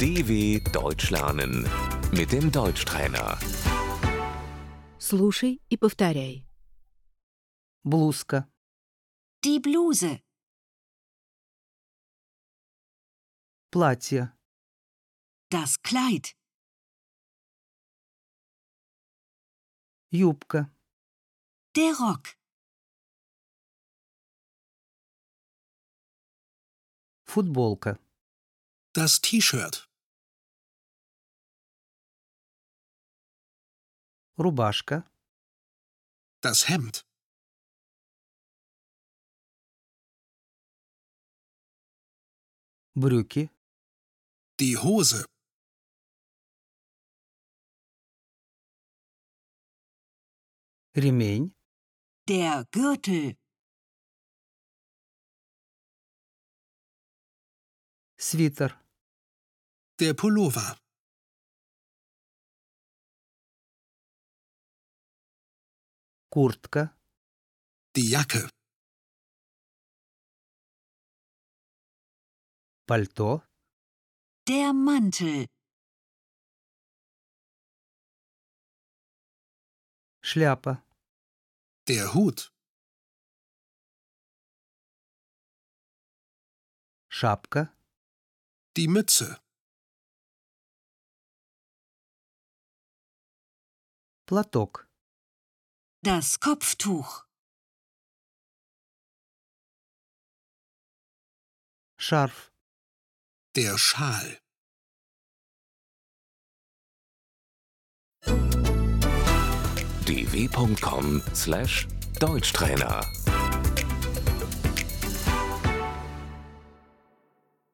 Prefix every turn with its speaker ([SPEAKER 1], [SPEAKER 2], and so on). [SPEAKER 1] DW Deutsch lernen mit dem Deutschtrainer.
[SPEAKER 2] Слушай и повторяй.
[SPEAKER 3] блузка,
[SPEAKER 4] Die Bluse,
[SPEAKER 3] платье,
[SPEAKER 4] das Kleid,
[SPEAKER 3] юбка,
[SPEAKER 4] der Rock,
[SPEAKER 3] футболка,
[SPEAKER 5] Das T-Shirt,
[SPEAKER 3] рубашка,
[SPEAKER 5] das Hemd,
[SPEAKER 3] брюки,
[SPEAKER 5] die Hose,
[SPEAKER 3] ремень,
[SPEAKER 4] der Gürtel,
[SPEAKER 3] свитер,
[SPEAKER 5] der Pullover,
[SPEAKER 3] куртка,
[SPEAKER 5] die Jacke,
[SPEAKER 3] пальто,
[SPEAKER 4] der Mantel,
[SPEAKER 3] шляпа,
[SPEAKER 5] der Hut,
[SPEAKER 3] шапка,
[SPEAKER 5] die Mütze,
[SPEAKER 3] платок,
[SPEAKER 4] das Kopftuch,
[SPEAKER 3] шарф,
[SPEAKER 5] der Schal.
[SPEAKER 1] dw.com/deutschtrainer